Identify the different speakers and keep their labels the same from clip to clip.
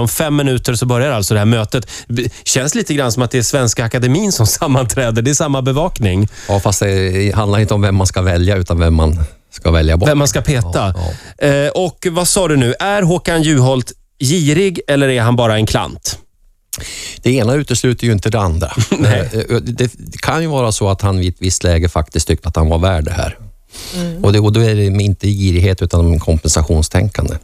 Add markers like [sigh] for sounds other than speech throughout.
Speaker 1: Om fem minuter så börjar alltså det här mötet. B- Känns lite grann som att det är Svenska Akademin som [laughs] sammanträder. Det är samma bevakning.
Speaker 2: Ja, fast det handlar inte om vem man ska välja, utan vem man ska välja bort.
Speaker 1: Vem man ska peta.
Speaker 2: Ja,
Speaker 1: Eh, och vad sa du nu? Är Håkan Juholt girig eller är han bara en klant?
Speaker 2: Det ena utesluter ju inte det andra.
Speaker 1: [laughs] Nej.
Speaker 2: Eh, Det det kan ju vara så att han vid ett visst läge faktiskt tyckte att han var värd det här. Och, det, och då är det inte girighet utan kompensationstänkande.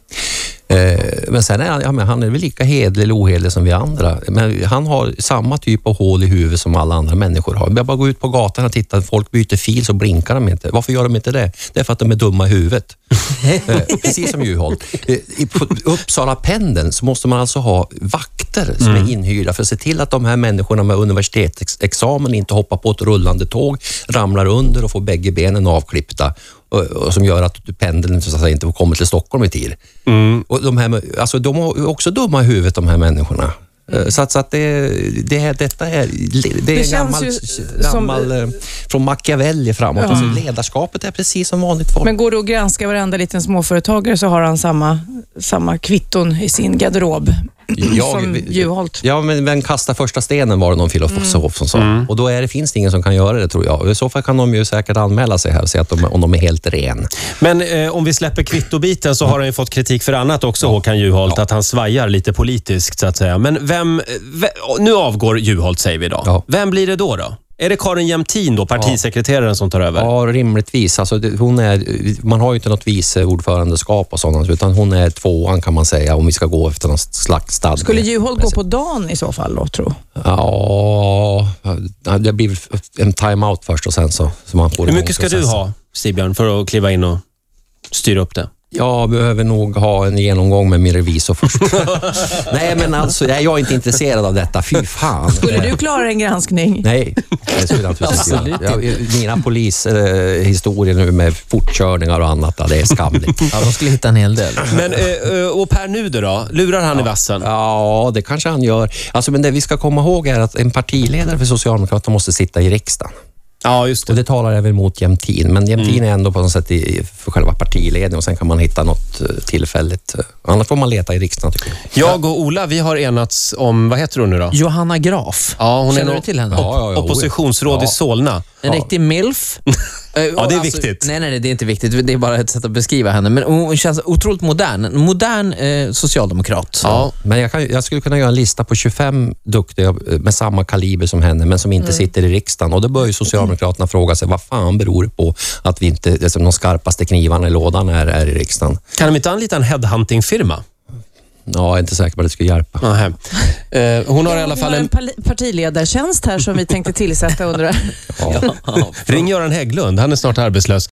Speaker 2: Eh, Men sen är han, ja, men han är väl lika hedlig eller ohederlig som vi andra. Men han har samma typ av hål i huvudet som alla andra människor har. Jag bara går ut på gatan och tittar, folk byter fil så blinkar de inte. Varför gör de inte det? Det är för att de är dumma i huvudet. Eh, Precis som Juholt. Eh, I på Uppsala-pendeln så måste man alltså ha vakter som är inhyrda för att se till att de här människorna med universitetsexamen inte hoppar på ett rullande tåg, ramlar under och får bägge benen avklippta och, och som gör att pendeln så att säga, inte kommer till Stockholm i tid. Och de, här, med- alltså, de har ju också dumma i huvudet, de här människorna. Eh, Så att, så att det, det, här- detta är, det är
Speaker 3: känns
Speaker 2: en gammal,
Speaker 3: ju som-
Speaker 2: gammal eh, från Machiavelli framåt. Alltså, ledarskapet är precis som vanligt folk.
Speaker 3: Men går du att granska varenda liten småföretagare så har han samma, samma kvitton i sin garderob som Juholt. Mm.
Speaker 2: Ja, men vem kastar första stenen var det någon filosof som sa. Och då är det, finns det ingen som kan göra det tror jag. Och I så fall kan de ju säkert anmäla sig här och säga att de, om de är helt ren.
Speaker 1: Men eh, om vi släpper kvittobiten så har han ju fått kritik för annat också, Håkan Juholt. Att han svajar lite politiskt, så att säga. Men vem... ve- nu avgår Juholt, säger vi då.
Speaker 2: Ja.
Speaker 1: Vem blir det då? då? Är det Karin Jämtin, då, partisekreteraren, som tar över?
Speaker 2: Ja, rimligtvis. Alltså, det- hon är, man har ju inte något vice ordförandeskap och sådant, utan hon är tvåan kan man säga om vi ska gå efter någon slags stadga.
Speaker 3: Skulle Juholt gå på dagen i så fall då, tro?
Speaker 2: Ja, det blir väl en time-out först och sen så, så man får
Speaker 1: Hur
Speaker 2: igång
Speaker 1: mycket ska du
Speaker 2: processen.
Speaker 1: ha, Sibjörn, för att kliva in och styra upp det?
Speaker 2: Jag behöver nog ha en genomgång med min
Speaker 1: [laughs]
Speaker 2: revisor först. nej, men alltså, nej, jag är inte intresserad av detta. Fy fan.
Speaker 3: Skulle
Speaker 2: Eh,
Speaker 3: du klara en granskning?
Speaker 2: Nej, det skulle jag naturligtvis inte göra. Jag- Mina polishistorier nu med fortkörningar och annat, ja, det är skamligt.
Speaker 4: Ja, de skulle hitta en hel del.
Speaker 1: Men, eh, eh, och Per Nuder då? Lurar han i vassen?
Speaker 2: Ja, det kanske han gör. Alltså, men det vi ska komma ihåg är att en partiledare för Socialdemokraterna måste sitta i riksdagen.
Speaker 1: Ja, just
Speaker 2: Och
Speaker 1: det.
Speaker 2: det talar även mot Jämtin, men Jämtin är ändå på något sätt i, för själva partiledningen och sen kan man hitta något eh, tillfälligt. Annars får man leta i riksdagen, tycker jag.
Speaker 1: Jag och Ola, vi har enats om... Vad heter hon nu då?
Speaker 4: Johanna Graf.
Speaker 1: Ja, hon
Speaker 4: Känner
Speaker 1: är
Speaker 4: du till henne?
Speaker 1: Op-
Speaker 2: Ja, ja, ja.
Speaker 1: Oppositionsråd i
Speaker 2: Ja.
Speaker 1: Solna.
Speaker 4: En
Speaker 1: [laughs]
Speaker 4: riktig milf. ja,
Speaker 1: det är viktigt.
Speaker 4: Nej, nej, nej, det är inte viktigt. Det är bara ett sätt att beskriva henne. Men hon känns otroligt modern. En modern eh, socialdemokrat.
Speaker 2: Ja, men jag, kan, jag skulle kunna göra en lista på 25 duktiga eh, med samma kaliber som henne, men som inte sitter i riksdagen. Och Då börjar ju Socialdemokraterna fråga sig vad fan beror det på att vi inte, liksom, de skarpaste knivarna i lådan är, är i riksdagen.
Speaker 1: Kan de inte anlita en headhunting-firma?
Speaker 2: Ja, jag är inte säker på att det skulle hjälpa.
Speaker 1: Nähä. Eh, Hon har i alla fall
Speaker 3: Vi har en
Speaker 1: en...
Speaker 3: pali- partiledartjänst här som vi tänkte tillsätta undrar.
Speaker 1: Ring Göran Hägglund, han är snart arbetslös.